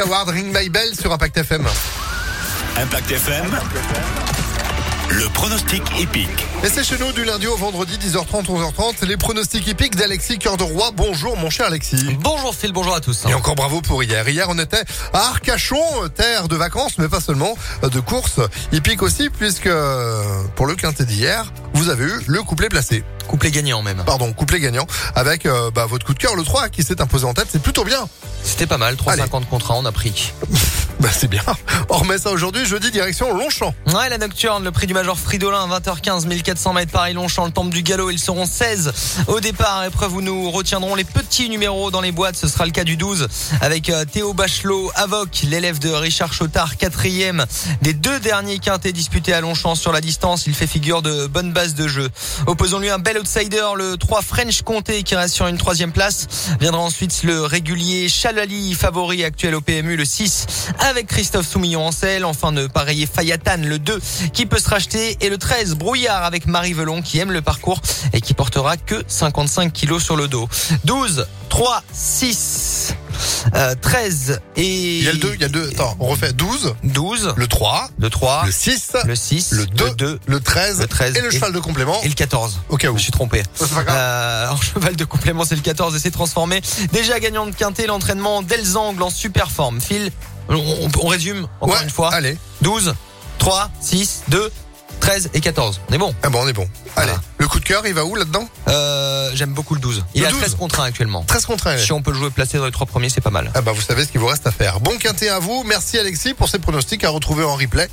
Award Ring My Bell sur Impact FM. Impact FM, le pronostic épique. Et c'est chez nous du lundi au vendredi 10h30 11h30 les pronostics épiques d'Alexis Cœur de Roi. Bonjour mon cher Alexis. Bonjour Phil, bonjour à tous. Et encore bravo pour hier. Hier on était à Arcachon, terre de vacances mais pas seulement euh, de courses hippiques aussi puisque euh, pour le quintet d'hier, vous avez eu le couplet placé. Couplet gagnant même. Pardon, couplet gagnant avec euh, bah, votre coup de cœur le 3 qui s'est imposé en tête, c'est plutôt bien. C'était pas mal, 3,50 contre 1, on a pris. Bah c'est bien. On remet ça aujourd'hui, jeudi direction Longchamp. Ouais, la nocturne, le prix du Major Fridolin, 20h15, 1400 mètres, Paris Longchamp, le temple du galop, ils seront 16 au départ. Épreuve où nous retiendrons les petits numéros dans les boîtes, ce sera le cas du 12 avec euh, Théo Bachelot, Avoc, l'élève de Richard Chotard, quatrième des deux derniers quintés disputés à Longchamp sur la distance. Il fait figure de bonne base de jeu. Opposons-lui un bel outsider, le 3 French Comté qui reste sur une troisième place. Viendra ensuite le régulier Chalali, favori actuel au PMU, le 6 avec Christophe Soumillon en selle. Enfin, de pareiller Fayatan, le 2 qui peut se racheter. Et le 13, Brouillard avec Marie Velon qui aime le parcours et qui portera que 55 kilos sur le dos. 12, 3, 6, euh, 13 et... Il y a le 2, il y a le 2. Attends, on refait 12, 12, le 3, le 3, le 6, le 6, le 2, 2 le 13, le 13 et le et- cheval de complément. et le 14. Au cas où. Je me suis trompé. C'est pas grave. Euh, en cheval de complément, c'est le 14 et c'est transformé. Déjà gagnant de quintet, l'entraînement d'Elzangle en super forme. Phil, on, on- on résume encore Ouais, une fois. Allez. 12, 3, 6, 2, 13 et 14. On est bon. Ah bon, on est bon. Allez. Voilà. Le coup de cœur, il va où là-dedans Euh, J'aime beaucoup le 12. Il Le a 12. 13 contre 1 actuellement. 13 contre 1. Si on peut le jouer placé dans les trois premiers, c'est pas mal. Ah bah vous savez ce qu'il vous reste à faire. Bon quintet à vous. Merci Alexis pour ces pronostics à retrouver en replay